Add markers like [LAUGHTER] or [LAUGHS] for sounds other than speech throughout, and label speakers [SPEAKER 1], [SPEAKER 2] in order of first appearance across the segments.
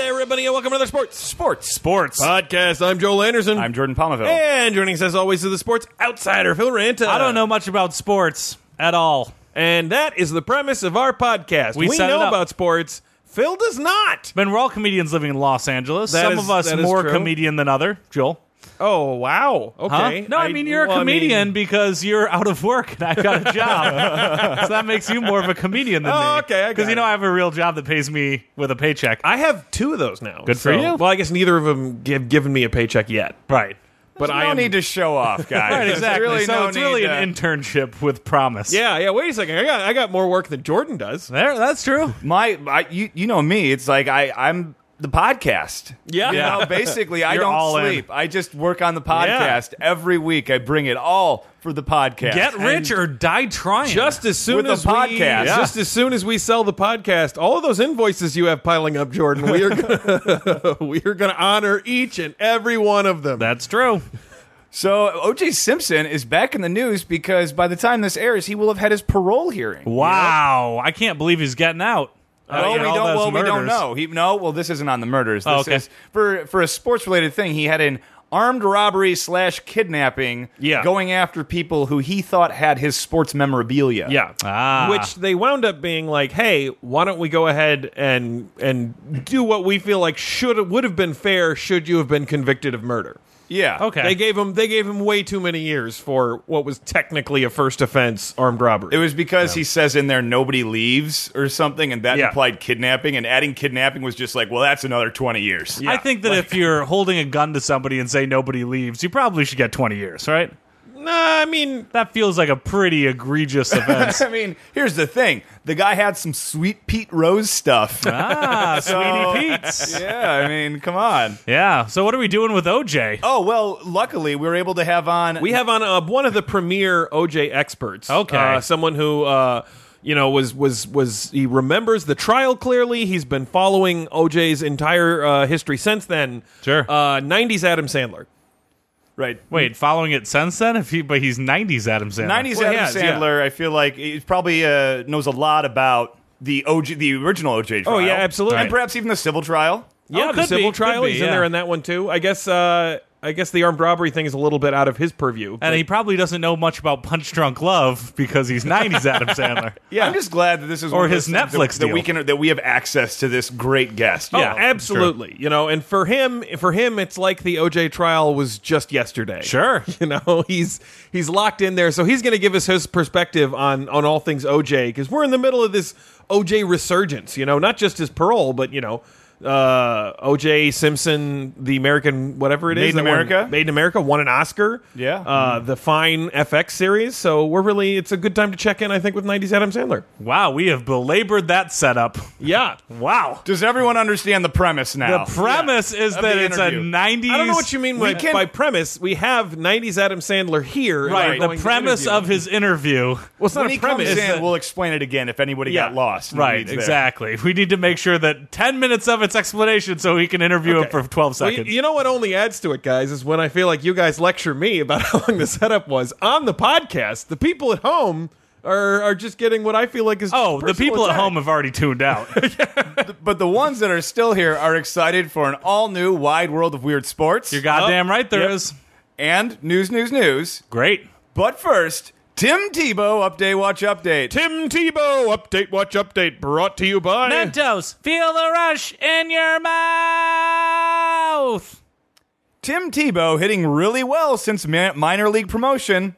[SPEAKER 1] everybody, and welcome to another sports sports
[SPEAKER 2] Sports.
[SPEAKER 1] podcast. I'm Joel Anderson.
[SPEAKER 2] I'm Jordan Palmaville.
[SPEAKER 1] and joining us as always is the sports outsider Phil Ranta.
[SPEAKER 2] I don't know much about sports at all.
[SPEAKER 1] And that is the premise of our podcast.
[SPEAKER 2] We set it
[SPEAKER 1] know
[SPEAKER 2] up.
[SPEAKER 1] about sports. Phil does not.
[SPEAKER 2] Ben, we're all comedians living in Los Angeles.
[SPEAKER 1] That
[SPEAKER 2] Some
[SPEAKER 1] is-
[SPEAKER 2] of us
[SPEAKER 1] that is
[SPEAKER 2] more
[SPEAKER 1] true.
[SPEAKER 2] comedian than other. Joel.
[SPEAKER 1] Oh wow.
[SPEAKER 2] Huh?
[SPEAKER 1] Okay.
[SPEAKER 2] No, I, mean you're
[SPEAKER 1] well,
[SPEAKER 2] a
[SPEAKER 1] I mean-
[SPEAKER 2] comedian because you're out of work and I've got a job. so that makes you more of a comedian than
[SPEAKER 1] Oh,
[SPEAKER 2] me.
[SPEAKER 1] okay, I got
[SPEAKER 2] Because
[SPEAKER 1] it.
[SPEAKER 2] you know I have a real job that pays me with a paycheck.
[SPEAKER 1] I have two of those now.
[SPEAKER 2] Good for
[SPEAKER 1] so-
[SPEAKER 2] you.
[SPEAKER 1] Well, I guess neither of them have given me a paycheck yet.
[SPEAKER 2] right.
[SPEAKER 1] But I
[SPEAKER 3] no
[SPEAKER 1] am-
[SPEAKER 3] need to show
[SPEAKER 1] [LAUGHS]
[SPEAKER 3] off, guys.
[SPEAKER 2] Right,
[SPEAKER 3] There's
[SPEAKER 2] exactly.
[SPEAKER 3] Really
[SPEAKER 2] so
[SPEAKER 3] no
[SPEAKER 2] it's
[SPEAKER 3] need
[SPEAKER 2] really
[SPEAKER 3] to-
[SPEAKER 2] an internship with promise.
[SPEAKER 1] Yeah, yeah. Wait a second. I got I got more work than Jordan does.
[SPEAKER 2] There, that's true.
[SPEAKER 3] my, I, you, you know me. It's like I, I'm the podcast.
[SPEAKER 1] Yeah.
[SPEAKER 3] You know,
[SPEAKER 2] [LAUGHS]
[SPEAKER 3] basically, I
[SPEAKER 2] You're
[SPEAKER 3] don't
[SPEAKER 2] all in.
[SPEAKER 3] sleep. I just work on the podcast every week. I bring it all for the podcast.
[SPEAKER 2] Get rich or die trying.
[SPEAKER 1] Just as soon
[SPEAKER 3] With a
[SPEAKER 1] as we-
[SPEAKER 3] podcast. Yeah.
[SPEAKER 1] just as soon as we sell the podcast, all of those invoices you have piling up, Jordan, we are gonna, [LAUGHS] we are going to honor each and every one of them.
[SPEAKER 2] that's true.
[SPEAKER 3] So O.J. Simpson is back in the news because by the time this airs, he will have had his parole hearing.
[SPEAKER 2] Wow, I can't believe he's getting out.
[SPEAKER 3] Well, we
[SPEAKER 2] After all
[SPEAKER 3] don't.
[SPEAKER 2] those
[SPEAKER 3] Well, we don't
[SPEAKER 2] murders.
[SPEAKER 3] know. He no. Well, this isn't on the murders. This
[SPEAKER 2] Oh, okay.
[SPEAKER 3] is for for a sports related thing. He had an armed robbery slash kidnapping.
[SPEAKER 2] Yeah.
[SPEAKER 3] going after people who he thought had his sports memorabilia.
[SPEAKER 1] yeah.
[SPEAKER 2] Ah.
[SPEAKER 1] Which they wound up being like, "Hey, why don't we go ahead and and do what we feel like should would have been fair should you have been convicted of murder."
[SPEAKER 3] yeah.
[SPEAKER 2] Okay.
[SPEAKER 1] They gave him they gave him way too many years for what was technically a first offense armed robbery.
[SPEAKER 3] It was because he says in there nobody leaves or something, and that
[SPEAKER 2] Yeah.
[SPEAKER 3] implied kidnapping. And adding kidnapping was just like, well, that's another twenty years.
[SPEAKER 2] I think that if you're holding a gun to somebody and say nobody leaves, you probably should get 20 years, right?
[SPEAKER 1] nah, I mean,
[SPEAKER 2] That feels like a pretty egregious offense.
[SPEAKER 3] [LAUGHS] I mean, here's the thing: the guy had some sweet Pete
[SPEAKER 1] [LAUGHS]
[SPEAKER 3] Rose stuff.
[SPEAKER 2] [LAUGHS] ah,
[SPEAKER 3] So-
[SPEAKER 2] Sweetie Pete's.
[SPEAKER 3] yeah, I mean, come on.
[SPEAKER 2] Yeah. So what are we doing with OJ?
[SPEAKER 3] Oh well, luckily we were able to have on
[SPEAKER 1] We have on uh, one of the premier OJ experts.
[SPEAKER 2] Okay.
[SPEAKER 1] uh, someone who uh, you know was was was he remembers the trial clearly. He's been following OJ's entire uh, history since then.
[SPEAKER 2] Sure. Oh,
[SPEAKER 1] uh, '90s Adam Sandler.
[SPEAKER 3] right.
[SPEAKER 2] Wait, following it since then? If he, but he's 90s Adam Sandler.
[SPEAKER 3] 90s
[SPEAKER 1] Well,
[SPEAKER 3] Adam
[SPEAKER 1] yes, yeah.
[SPEAKER 3] Sandler, I feel like he probably uh, knows a lot about the OJ, the original OJ trial.
[SPEAKER 1] Oh, yeah, absolutely.
[SPEAKER 3] and perhaps even the civil trial.
[SPEAKER 1] Yeah,
[SPEAKER 2] could
[SPEAKER 1] the
[SPEAKER 2] be,
[SPEAKER 1] civil
[SPEAKER 2] could
[SPEAKER 1] trial.
[SPEAKER 2] be,
[SPEAKER 1] he's in
[SPEAKER 2] yeah.
[SPEAKER 1] there in that one too. I guess. Uh, I guess the armed robbery thing is a little bit out of his purview.
[SPEAKER 2] And
[SPEAKER 1] but-
[SPEAKER 2] he probably doesn't know much about Punch Drunk Love because he's 90s
[SPEAKER 1] [LAUGHS]
[SPEAKER 2] Adam Sandler.
[SPEAKER 3] Yeah, I'm just glad that this is one of
[SPEAKER 2] his
[SPEAKER 3] those things
[SPEAKER 2] Netflix
[SPEAKER 3] that, that we
[SPEAKER 2] deal.
[SPEAKER 3] can that we have access to this great guest.
[SPEAKER 2] oh,
[SPEAKER 1] yeah, absolutely. You know, and for him, for him, it's like the OJ trial was just yesterday.
[SPEAKER 2] Sure.
[SPEAKER 1] [LAUGHS] you know he's he's locked in there so he's going to give us his perspective on on all things oj because we're in the middle of this oj resurgence you know not just his parole but you know uh oj simpson the american whatever it is,
[SPEAKER 3] Made in
[SPEAKER 1] that won-
[SPEAKER 3] America?
[SPEAKER 1] made in america won an oscar
[SPEAKER 3] Yeah.
[SPEAKER 1] uh the fine fx series so we're really it's a good time to check in i think with 90s adam sandler
[SPEAKER 2] Wow, we have belabored that setup.
[SPEAKER 1] yeah
[SPEAKER 2] Wow.
[SPEAKER 3] Does everyone understand the premise now?
[SPEAKER 2] The premise is
[SPEAKER 3] Of
[SPEAKER 2] that
[SPEAKER 3] the
[SPEAKER 2] it's
[SPEAKER 3] interview.
[SPEAKER 2] a 90s.
[SPEAKER 1] I don't know what you mean
[SPEAKER 3] We
[SPEAKER 1] by,
[SPEAKER 3] can-
[SPEAKER 1] by premise. We have '90s Adam Sandler here. and
[SPEAKER 2] Right,
[SPEAKER 1] we're
[SPEAKER 2] the
[SPEAKER 1] going to
[SPEAKER 2] premise
[SPEAKER 1] interview him.
[SPEAKER 2] of his interview.
[SPEAKER 1] well, it's not
[SPEAKER 3] when
[SPEAKER 1] a
[SPEAKER 3] he
[SPEAKER 1] premise.
[SPEAKER 3] comes in,
[SPEAKER 2] that-
[SPEAKER 3] we'll explain it again if anybody
[SPEAKER 1] Yeah.
[SPEAKER 3] got lost. in the
[SPEAKER 2] Right,
[SPEAKER 3] weeds there.
[SPEAKER 2] exactly. We need to make sure that 10 minutes of its explanation so we can interview
[SPEAKER 1] Okay.
[SPEAKER 2] him for 12
[SPEAKER 1] Well, y-
[SPEAKER 2] seconds.
[SPEAKER 1] you know what only adds to it, guys, is when I feel like you guys lecture me about [LAUGHS] how long the setup was on the podcast. The people at home are are just getting what I feel like is
[SPEAKER 2] oh, the
[SPEAKER 1] personal
[SPEAKER 2] people at
[SPEAKER 1] attack.
[SPEAKER 2] home have already tuned
[SPEAKER 1] [LAUGHS]
[SPEAKER 2] out.
[SPEAKER 3] But the ones that are still here are excited for an all new wide world of weird sports
[SPEAKER 2] You're goddamn right there is
[SPEAKER 1] yep.
[SPEAKER 3] and news, news, news.
[SPEAKER 2] Great.
[SPEAKER 3] But first, Tim Tebow update, watch update.
[SPEAKER 1] Tim Tebow update, watch update, brought to you by.
[SPEAKER 2] Mentos, feel the rush in your mouth.
[SPEAKER 3] Tim Tebow hitting really well since mi- minor league promotion.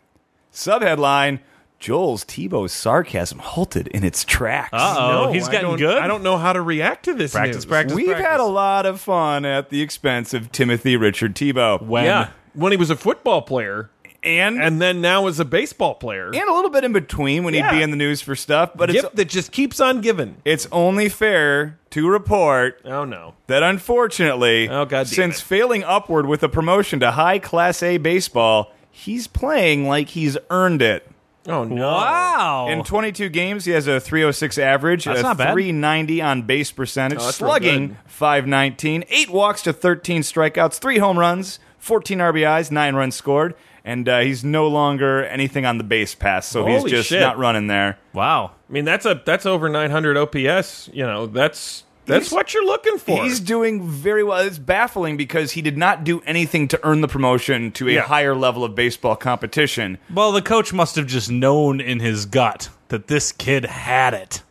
[SPEAKER 3] Subheadline Joel's Tebow's sarcasm halted in its tracks.
[SPEAKER 2] Uh-oh.
[SPEAKER 1] No,
[SPEAKER 2] Oh, he's
[SPEAKER 1] I
[SPEAKER 2] getting
[SPEAKER 1] don't-
[SPEAKER 2] good?
[SPEAKER 1] I don't know how to react to this.
[SPEAKER 2] Practice,
[SPEAKER 1] news.
[SPEAKER 2] practice.
[SPEAKER 3] We've had a lot of fun at the expense of Timothy Richard Tebow.
[SPEAKER 2] When?
[SPEAKER 1] Yeah, when he was a football player,
[SPEAKER 3] And, and
[SPEAKER 1] and then now as a baseball player,
[SPEAKER 3] a little bit in between when
[SPEAKER 1] Yeah.
[SPEAKER 3] he'd be in the news for stuff, but it's,
[SPEAKER 1] gift that just keeps on giving.
[SPEAKER 3] it's only fair to report
[SPEAKER 1] Oh no.
[SPEAKER 3] that unfortunately,
[SPEAKER 1] Oh, God damn
[SPEAKER 3] since
[SPEAKER 1] it.
[SPEAKER 3] failing upward with a promotion to high Class A baseball, he's playing like he's earned it.
[SPEAKER 1] Oh no. Oh.
[SPEAKER 2] Wow.
[SPEAKER 3] In 22 games, he has a 306 average,
[SPEAKER 2] That's
[SPEAKER 3] a
[SPEAKER 2] not bad.
[SPEAKER 3] 390 on base percentage,
[SPEAKER 1] Oh, that's real good.
[SPEAKER 3] slugging 519, eight walks to 13 strikeouts, three home runs, 14 RBIs, nine runs scored, and uh, he's no longer anything on the base pass, so he's
[SPEAKER 1] Holy
[SPEAKER 3] just
[SPEAKER 1] shit.
[SPEAKER 3] not running there.
[SPEAKER 2] wow.
[SPEAKER 1] I mean that's a that's over 900 OPS. You know that's That's what you're looking for.
[SPEAKER 3] He's doing very well. It's baffling because he did not do anything to earn the promotion to a
[SPEAKER 1] Yeah.
[SPEAKER 3] higher level of baseball competition.
[SPEAKER 2] Well, the coach must have just known in his gut that this kid had it.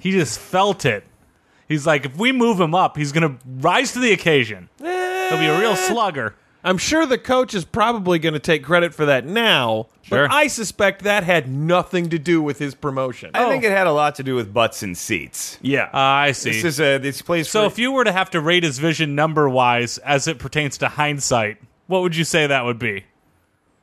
[SPEAKER 2] he just felt it. He's like, if we move him up, he's going to rise to the occasion. He'll be a real slugger.
[SPEAKER 1] I'm sure the coach is probably going to take credit for that now,
[SPEAKER 2] Sure.
[SPEAKER 1] but I suspect that had nothing to do with his promotion.
[SPEAKER 2] Oh.
[SPEAKER 3] I think it had a lot to do with butts and seats.
[SPEAKER 1] yeah.
[SPEAKER 2] Uh, I see.
[SPEAKER 3] This is a this plays
[SPEAKER 2] so,
[SPEAKER 3] for,
[SPEAKER 2] if you were to have to rate his vision number wise as it pertains to hindsight, what would you say that would be?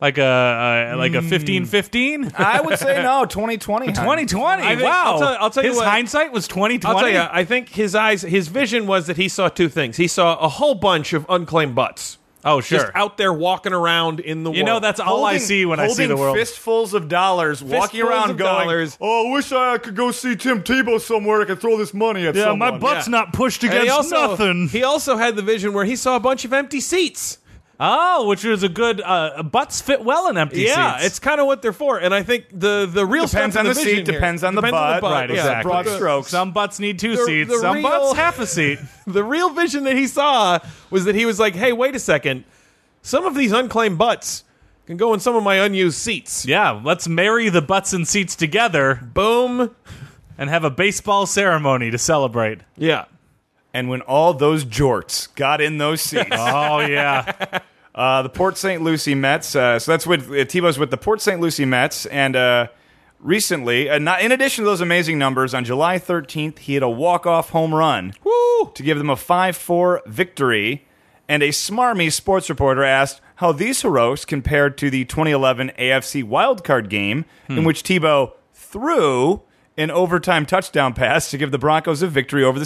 [SPEAKER 2] Like a, a like a 15 [LAUGHS] 15?
[SPEAKER 3] I would say no. Twenty twenty.
[SPEAKER 2] 2020.
[SPEAKER 1] I think-
[SPEAKER 2] Ah, wow.
[SPEAKER 1] I'll tell- I'll tell you
[SPEAKER 2] his
[SPEAKER 1] what-
[SPEAKER 2] hindsight was 2020.
[SPEAKER 1] I'll tell you, I think his eyes, his vision was that he saw two things. He saw a whole bunch of unclaimed butts.
[SPEAKER 2] oh, sure.
[SPEAKER 1] Just out there walking around in the
[SPEAKER 2] you know,
[SPEAKER 1] world.
[SPEAKER 2] that's all I see when I see the world.
[SPEAKER 3] Fistfuls of dollars, walking
[SPEAKER 1] Fistfuls
[SPEAKER 3] around
[SPEAKER 1] of
[SPEAKER 3] going,
[SPEAKER 1] dollars.
[SPEAKER 3] "Oh, I wish I could go see Tim Tebow somewhere. I could throw this money at someone."
[SPEAKER 1] butt's not
[SPEAKER 2] pushed
[SPEAKER 1] And he also, He also had the vision where he saw a bunch of empty seats.
[SPEAKER 2] oh, which was a good. Uh, butts fit well in empty
[SPEAKER 1] yeah,
[SPEAKER 2] seats.
[SPEAKER 1] it's kind of what they're for. And I think the the real
[SPEAKER 3] Depends
[SPEAKER 1] stuff
[SPEAKER 3] on
[SPEAKER 1] in
[SPEAKER 3] the
[SPEAKER 1] vision
[SPEAKER 3] seat,
[SPEAKER 1] here-
[SPEAKER 3] depends on the butt,
[SPEAKER 2] right.
[SPEAKER 1] yeah.
[SPEAKER 2] exactly.
[SPEAKER 3] broad
[SPEAKER 1] The-
[SPEAKER 3] strokes.
[SPEAKER 2] Some butts need two
[SPEAKER 1] The-
[SPEAKER 2] seats.
[SPEAKER 1] the
[SPEAKER 2] some
[SPEAKER 1] real-
[SPEAKER 2] butts [LAUGHS] half a seat.
[SPEAKER 1] the real vision that he saw was that he was like, "Hey, wait a second. Some of these unclaimed butts can go in some of my unused seats."
[SPEAKER 2] yeah, let's marry the butts and seats together
[SPEAKER 1] Boom.
[SPEAKER 2] and have a baseball ceremony to celebrate.
[SPEAKER 1] Yeah.
[SPEAKER 3] And when all those jorts got
[SPEAKER 2] [LAUGHS]
[SPEAKER 3] in those seats,
[SPEAKER 2] Oh yeah,
[SPEAKER 3] uh, the Port St. Lucie Mets. Uh, so that's with uh, Tebow's with the Port St. Lucie Mets, and uh, recently, uh, not in addition to those amazing numbers, on July 13th, he had a walk-off home run
[SPEAKER 1] Woo.
[SPEAKER 3] to give them a 5-4 victory. And a smarmy sports reporter asked how these heroics compared to the 2011 AFC wildcard game in which Tebow threw an overtime touchdown pass to give the Broncos a victory over the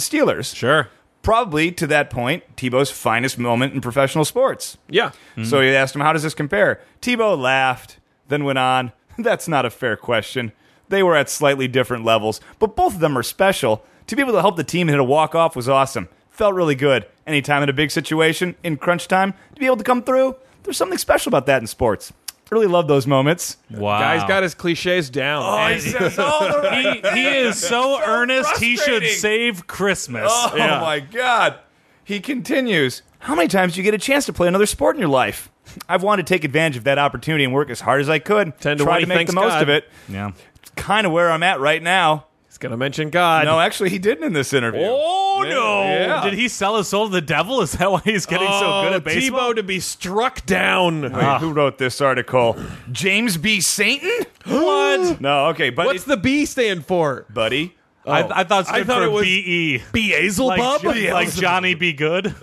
[SPEAKER 2] [LAUGHS]
[SPEAKER 3] Steelers.
[SPEAKER 2] sure.
[SPEAKER 3] Probably to that point, Tebow's finest moment in professional sports.
[SPEAKER 1] Yeah.
[SPEAKER 3] So he asked him, How does this compare? Tebow laughed, then went on, [LAUGHS] That's not a fair question. They were at slightly different levels, but both of them are special. To be able to help the team hit a walk off was awesome. Felt really good. Anytime in a big situation, in crunch time, to be able to come through, there's something special about that in sports. Really love those moments.
[SPEAKER 2] Wow,
[SPEAKER 1] Guy's got his cliches down. [LAUGHS]
[SPEAKER 2] Oh,
[SPEAKER 3] he says all the right.
[SPEAKER 2] he, he is so, earnest. He should
[SPEAKER 3] frustrating.
[SPEAKER 2] save Christmas.
[SPEAKER 3] Oh my God. He continues. How many times do you get a chance to play another sport in your life? I've wanted to take advantage of that opportunity and work as hard as I could.
[SPEAKER 1] Ten to
[SPEAKER 3] try
[SPEAKER 1] one,
[SPEAKER 3] to make
[SPEAKER 1] thanks
[SPEAKER 3] the most
[SPEAKER 1] God.
[SPEAKER 3] of it.
[SPEAKER 2] Yeah.
[SPEAKER 3] It's kind of where I'm at right now.
[SPEAKER 1] He's going to mention God.
[SPEAKER 3] No, actually, he didn't in this interview.
[SPEAKER 1] Oh
[SPEAKER 3] Yeah,
[SPEAKER 1] no.
[SPEAKER 3] yeah.
[SPEAKER 2] Did he sell his soul to the devil? Is that why he's getting so good
[SPEAKER 1] Oh,
[SPEAKER 2] at baseball?
[SPEAKER 1] Tebow to be struck down.
[SPEAKER 3] Wait, who wrote this article? James B. Satan?
[SPEAKER 1] what?
[SPEAKER 3] No, okay, but
[SPEAKER 1] What's the B stand for?
[SPEAKER 3] buddy?
[SPEAKER 2] I, I thought it
[SPEAKER 1] Oh. I
[SPEAKER 2] stood
[SPEAKER 1] thought
[SPEAKER 2] for
[SPEAKER 1] it was
[SPEAKER 2] BE. Like,
[SPEAKER 1] Beelzebub?
[SPEAKER 2] Jo- like Johnny Be Good.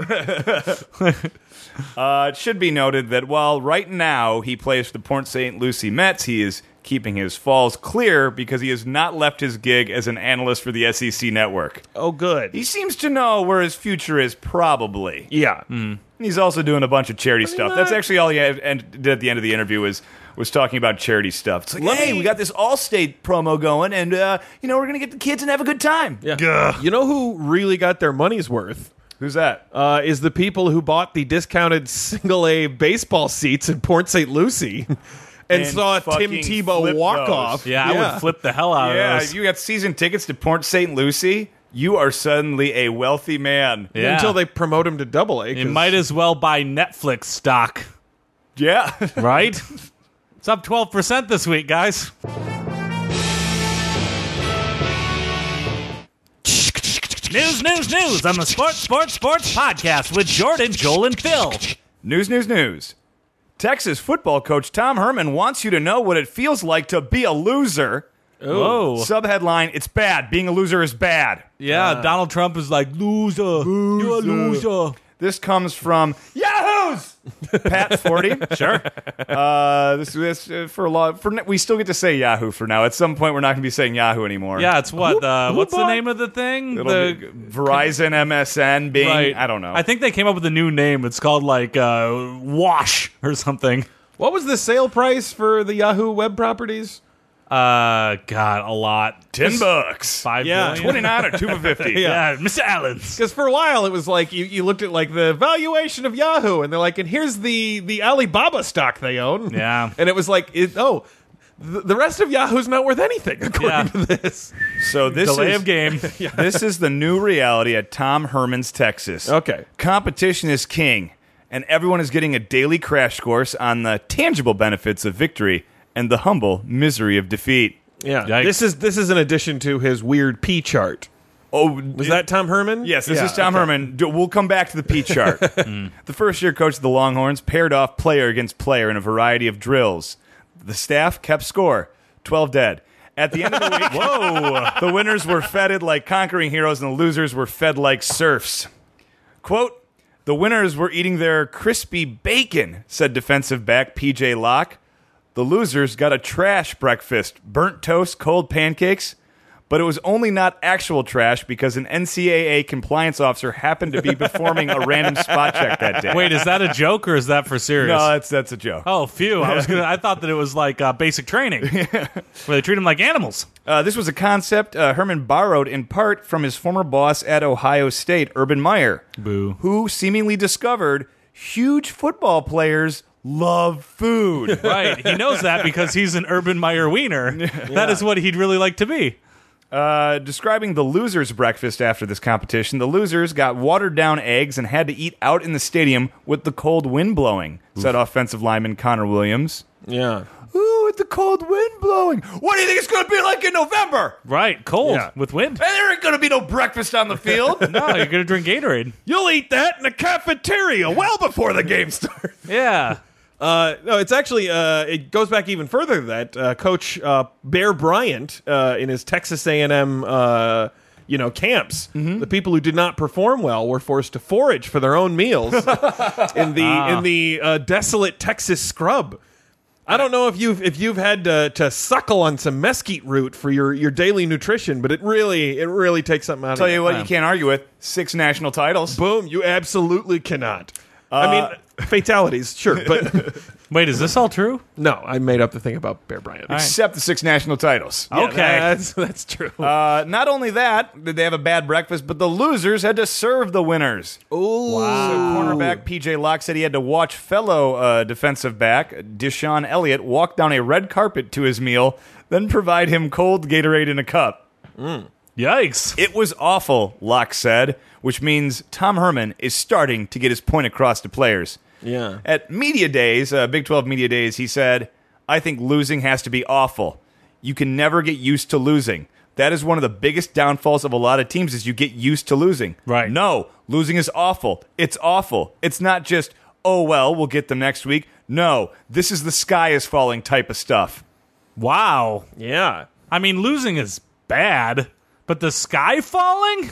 [SPEAKER 3] Uh, it should be noted that while right now he plays for the Port St. Lucie Mets, he is keeping his falls clear because he has not left his gig as an analyst for the SEC network.
[SPEAKER 1] oh, good.
[SPEAKER 3] He seems to know where his future is, probably.
[SPEAKER 1] Yeah.
[SPEAKER 2] Hmm.
[SPEAKER 3] And He's also doing a bunch of charity stuff. That's
[SPEAKER 1] that-
[SPEAKER 3] actually all he had, and did at the end of the interview was was talking about charity stuff. It's like,
[SPEAKER 1] Let
[SPEAKER 3] hey,
[SPEAKER 1] me-
[SPEAKER 3] we got this Allstate promo going, and uh, you know we're gonna get the kids and have a good time.
[SPEAKER 1] Yeah. You know who really got their money's worth?
[SPEAKER 3] Who's that?
[SPEAKER 1] uh, is the people who bought the discounted single A baseball seats in Port St. Lucie [LAUGHS] and,
[SPEAKER 3] And
[SPEAKER 1] saw Tim
[SPEAKER 3] fucking
[SPEAKER 1] Tebow
[SPEAKER 3] flip
[SPEAKER 1] walk
[SPEAKER 3] those.
[SPEAKER 1] off.
[SPEAKER 2] Yeah, I would flip the hell out
[SPEAKER 3] yeah,
[SPEAKER 2] of those.
[SPEAKER 3] you got season tickets to Port St. Lucie. You are suddenly a wealthy man.
[SPEAKER 2] Yeah.
[SPEAKER 1] Until they promote him to double A.
[SPEAKER 2] you
[SPEAKER 1] 'cause-
[SPEAKER 2] might as well buy Netflix stock,
[SPEAKER 3] Yeah.
[SPEAKER 1] [LAUGHS]
[SPEAKER 3] [LAUGHS]
[SPEAKER 2] right? it's up 12% this week, guys. News, news, news on the Sports, Sports, Sports podcast with Jordan, Joel, and Phil.
[SPEAKER 3] news, news, news. Texas football coach Tom Herman wants you to know what it feels like to be a loser.
[SPEAKER 2] Whoa.
[SPEAKER 3] Subheadline: It's bad. Being a loser is bad.
[SPEAKER 2] Yeah, Donald Trump is like, loser. You're a loser.
[SPEAKER 3] This comes from Yahoo's
[SPEAKER 2] [LAUGHS]
[SPEAKER 3] Pat Forty.
[SPEAKER 2] Sure.
[SPEAKER 3] Uh, this this uh, for a lot. For n- we still get to say Yahoo for now. At some point, we're not going to be saying Yahoo anymore.
[SPEAKER 2] Yeah, it's what?
[SPEAKER 1] Who-
[SPEAKER 2] uh,
[SPEAKER 1] who
[SPEAKER 2] what's the
[SPEAKER 1] bought-
[SPEAKER 2] name of the thing?
[SPEAKER 3] it'll
[SPEAKER 2] The-
[SPEAKER 3] be Verizon, MSN, Bing. I don't know.
[SPEAKER 2] I think they came up with a new name. It's called like uh, Wash or something.
[SPEAKER 1] What was the sale price for the Yahoo web properties?
[SPEAKER 2] Uh, God, a lot.
[SPEAKER 3] ten bucks,
[SPEAKER 2] Five
[SPEAKER 1] Yeah.
[SPEAKER 2] billion?
[SPEAKER 3] twenty nine, or two for fifty.
[SPEAKER 2] [LAUGHS] Yeah, Mr. Allen's.
[SPEAKER 1] Because for a while it was like you, you looked at like the valuation of Yahoo, [LAUGHS] and they're like, and here's the the Alibaba stock they own.
[SPEAKER 2] Yeah.
[SPEAKER 1] and it was like, it, oh, the, the rest of Yahoo's not worth anything [LAUGHS] according
[SPEAKER 2] Yeah.
[SPEAKER 1] to this.
[SPEAKER 3] So this
[SPEAKER 2] Delay
[SPEAKER 3] is
[SPEAKER 2] of game.
[SPEAKER 3] this is the new reality at Tom Herman's Texas.
[SPEAKER 1] Okay.
[SPEAKER 3] Competition is king, and everyone is getting a daily crash course on the tangible benefits of victory and the humble misery of defeat.
[SPEAKER 1] Yeah,
[SPEAKER 2] Yikes.
[SPEAKER 1] this is this is an addition to his weird P chart.
[SPEAKER 3] Oh,
[SPEAKER 1] Was that Tom Herman?
[SPEAKER 3] Yes, this
[SPEAKER 1] Yeah,
[SPEAKER 3] is Tom
[SPEAKER 1] okay.
[SPEAKER 3] Herman. D- We'll come back to the
[SPEAKER 1] [LAUGHS]
[SPEAKER 3] P chart. the first year coach of the Longhorns paired off player against player in a variety of drills. The staff kept score 12 dead. At the end of the
[SPEAKER 1] [LAUGHS]
[SPEAKER 3] week, whoa, [LAUGHS] the winners were feted like conquering heroes and the losers were fed like serfs. Quote, the winners were eating their crispy bacon, said defensive back PJ Locke. The losers got a trash breakfast burnt toast, cold pancakes. But it was only not actual trash because an NCAA compliance officer happened to be performing a random spot check that day.
[SPEAKER 2] Wait, is that a joke or is that for serious?
[SPEAKER 3] no, that's, that's a joke.
[SPEAKER 2] Oh, phew! I was gonna. I thought that it was like uh, basic training, where they treat them like animals.
[SPEAKER 3] Uh, this was a concept uh, Herman borrowed in part from his former boss at Ohio State, Urban Meyer,
[SPEAKER 2] Boo.
[SPEAKER 3] who seemingly discovered huge football players
[SPEAKER 2] [LAUGHS]
[SPEAKER 3] love food.
[SPEAKER 2] Right? He knows that because he's an Urban Meyer wiener. That is what he'd really like to be.
[SPEAKER 3] Uh, describing the losers' breakfast after this competition, the losers got watered down eggs and had to eat out in the stadium with the cold wind blowing, said offensive lineman Connor Williams.
[SPEAKER 1] Yeah,
[SPEAKER 3] Ooh, with the cold wind blowing. What do you think it's going to be like in November?
[SPEAKER 2] Right? Cold
[SPEAKER 1] Yeah.
[SPEAKER 2] with
[SPEAKER 3] [LAUGHS]
[SPEAKER 2] wind.
[SPEAKER 3] And there ain't going to be no breakfast on the [LAUGHS] field.
[SPEAKER 2] No, you're gonna drink Gatorade.
[SPEAKER 1] you'll eat that in the cafeteria well before the game starts.
[SPEAKER 2] Yeah.
[SPEAKER 1] Uh, no, it's actually uh, it goes back even further than that. Uh, Coach uh, Bear Bryant uh, in his Texas A and M uh, you know camps,
[SPEAKER 3] Mm-hmm.
[SPEAKER 1] the people who did not perform well were forced to forage for their own
[SPEAKER 3] [LAUGHS]
[SPEAKER 1] meals in the
[SPEAKER 3] Ah.
[SPEAKER 1] in the uh, desolate Texas scrub. I don't know if you've if you've had to, to suckle on some mesquite root for your, your daily nutrition, but it really it really takes something out
[SPEAKER 3] Tell
[SPEAKER 1] of
[SPEAKER 3] you what, you can't argue with six national titles.
[SPEAKER 1] Boom! You absolutely cannot. I
[SPEAKER 3] Uh, [LAUGHS]
[SPEAKER 1] mean, fatalities, sure, but
[SPEAKER 2] Wait, is this all true?
[SPEAKER 1] [LAUGHS] no, I made up the thing about Bear Bryant.
[SPEAKER 3] Except the six national titles.
[SPEAKER 1] Yeah,
[SPEAKER 2] Okay.
[SPEAKER 1] that's that's true.
[SPEAKER 3] Uh, not only that, did they have a bad breakfast, but the losers had to serve the winners. Cornerback PJ Locke said he had to watch fellow uh, defensive back Deshaun Elliott walk down a red carpet to his meal, then provide him cold Gatorade in a cup.
[SPEAKER 2] Yikes!
[SPEAKER 3] It was awful, Locke said, which means Tom Herman is starting to get his point across to players.
[SPEAKER 1] Yeah.
[SPEAKER 3] At Media Days, uh, Big 12 Media Days, he said, I think losing has to be awful. You can never get used to losing. That is one of the biggest downfalls of a lot of teams is you get used to losing.
[SPEAKER 2] Right.
[SPEAKER 3] No, losing is awful. It's awful. It's not just, oh, well, we'll get them next week. No, this is the sky is falling type of stuff.
[SPEAKER 2] Wow.
[SPEAKER 1] yeah.
[SPEAKER 2] I mean, losing is bad, but the sky falling.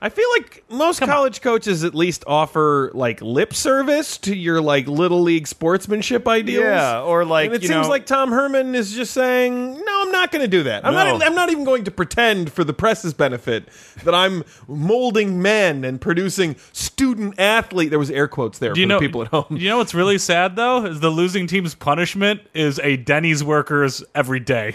[SPEAKER 1] I feel like most college coaches at least offer like lip service to your like little league sportsmanship ideals.
[SPEAKER 3] Yeah, or, like,
[SPEAKER 1] and it
[SPEAKER 3] you
[SPEAKER 1] seems
[SPEAKER 3] know-
[SPEAKER 1] like Tom Herman is just saying, "No, I'm not going to do that. I'm
[SPEAKER 3] No.
[SPEAKER 1] not. I'm not even going to pretend for the press's benefit that I'm molding men and producing student athlete." There was air quotes there
[SPEAKER 2] Do
[SPEAKER 1] for the people at home.
[SPEAKER 2] You know what's really sad though is the losing team's punishment is a Denny's workers every day.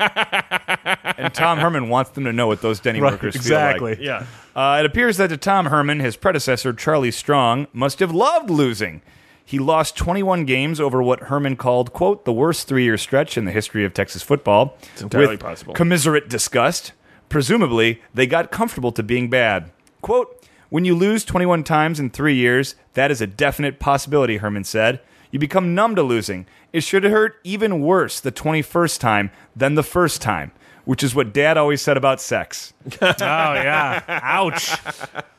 [SPEAKER 3] And
[SPEAKER 2] [LAUGHS]
[SPEAKER 3] Tom Herman wants them to know what those Denny workers feel like.
[SPEAKER 2] exactly.
[SPEAKER 1] yeah.
[SPEAKER 3] Uh, it appears that to Tom Herman, his predecessor, Charlie Strong, must have loved losing. He lost 21 games over what Herman called, quote, the worst three year stretch in the history of Texas football. It's
[SPEAKER 1] entirely possible.
[SPEAKER 3] Commiserate disgust. Presumably, they got comfortable to being bad. Quote, when you lose 21 times in three years, that is a definite possibility, Herman said. You become numb to losing. It should hurt even worse the 21st time than the first time, which is what dad always said about sex.
[SPEAKER 2] Oh yeah. Ouch.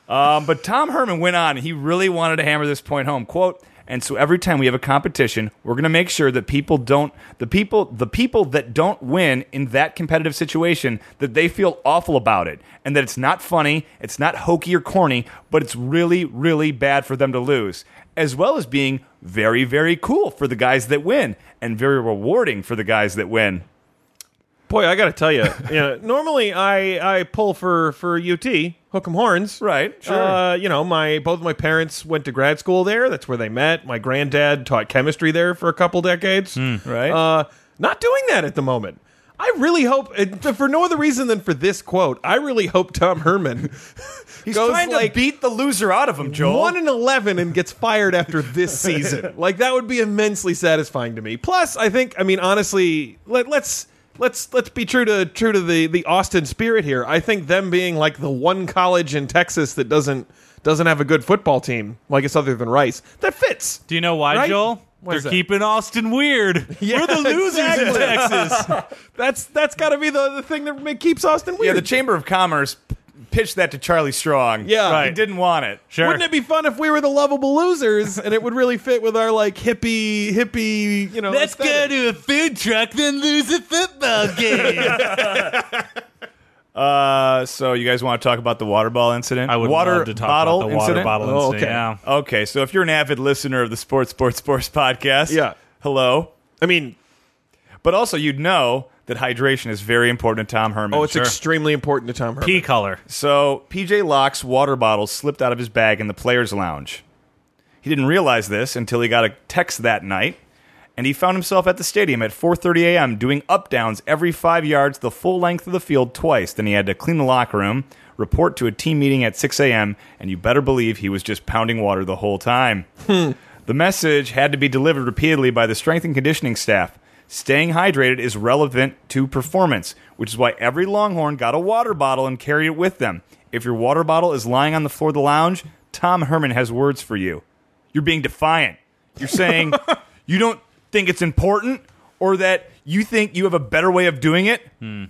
[SPEAKER 3] Um, but Tom Herman went on. He really wanted to hammer this point home. Quote. And so every time we have a competition, we're going to make sure that people don't the people the people that don't win in that competitive situation that they feel awful about it and that it's not funny, it's not hokey or corny, but it's really really bad for them to lose, as well as being very very cool for the guys that win and very rewarding for the guys that win.
[SPEAKER 1] Boy, I got to tell you, you know, [LAUGHS] normally I, I pull for for UT hook 'em horns,
[SPEAKER 3] Right, sure.
[SPEAKER 1] Uh, you know, my both of my parents went to grad school there. That's where they met. My granddad taught chemistry there for a couple decades.
[SPEAKER 3] Hmm. Right?
[SPEAKER 1] Uh, not doing that at the moment. I really hope, and for no other reason than for this quote, I really hope Tom Herman
[SPEAKER 3] [LAUGHS] He's
[SPEAKER 1] goes
[SPEAKER 3] trying
[SPEAKER 1] like
[SPEAKER 3] to beat the loser out of him, Joel.
[SPEAKER 1] one and eleven and gets fired after
[SPEAKER 3] [LAUGHS]
[SPEAKER 1] this season. like that would be immensely satisfying to me. Plus, I think, I mean, honestly, let, let's let's let's be true to true to the the Austin spirit here. I think them being like the one college in Texas that doesn't doesn't have a good football team, like it's other than Rice, that fits.
[SPEAKER 2] Do you know why,
[SPEAKER 1] Right?
[SPEAKER 2] Joel?
[SPEAKER 1] Why is
[SPEAKER 2] They're
[SPEAKER 1] that?
[SPEAKER 2] keeping Austin weird. We're the losers in
[SPEAKER 1] exactly.
[SPEAKER 2] [LAUGHS] Texas.
[SPEAKER 1] That's that's got to be the, the thing that ma- keeps Austin
[SPEAKER 3] yeah,
[SPEAKER 1] weird.
[SPEAKER 3] the Chamber of Commerce p- pitched that to Charlie Strong.
[SPEAKER 1] Yeah.
[SPEAKER 3] he
[SPEAKER 1] Right.
[SPEAKER 3] didn't want it.
[SPEAKER 2] Sure.
[SPEAKER 1] Wouldn't it be fun if we were the lovable losers and it would really fit with our like hippie hippie, you know? aesthetic?
[SPEAKER 2] to a food truck, then lose a [LAUGHS] football game.
[SPEAKER 3] Uh, so you guys want to talk about the water ball incident?
[SPEAKER 2] I would
[SPEAKER 3] water
[SPEAKER 2] love to talk
[SPEAKER 3] bottle
[SPEAKER 2] about the water
[SPEAKER 3] incident?
[SPEAKER 2] bottle
[SPEAKER 1] Oh,
[SPEAKER 2] incident.
[SPEAKER 1] okay.
[SPEAKER 2] Yeah.
[SPEAKER 3] Okay, so if you're an avid listener of the Sports Sports Sports podcast,
[SPEAKER 1] Yeah.
[SPEAKER 3] hello.
[SPEAKER 1] I mean,
[SPEAKER 3] But also, you'd know that hydration is very important to Tom Herman.
[SPEAKER 1] oh, it's extremely important to Tom Herman.
[SPEAKER 2] Pea color.
[SPEAKER 3] So PJ Locke's water bottle slipped out of his bag in the players' lounge. He didn't realize this until he got a text that night, and he found himself at the stadium at 4:30 a.m. doing up downs every five yards the full length of the field twice. Then he had to clean the locker room, report to a team meeting at 6 a.m., and you better believe he was just pounding water the whole time. The message had to be delivered repeatedly by the strength and conditioning staff. Staying hydrated is relevant to performance, which is why every Longhorn got a water bottle and carried it with them. If your water bottle is lying on the floor of the lounge, Tom Herman has words for you. You're being defiant. You're [LAUGHS] saying you don't think it's important or that you think you have a better way of doing it. And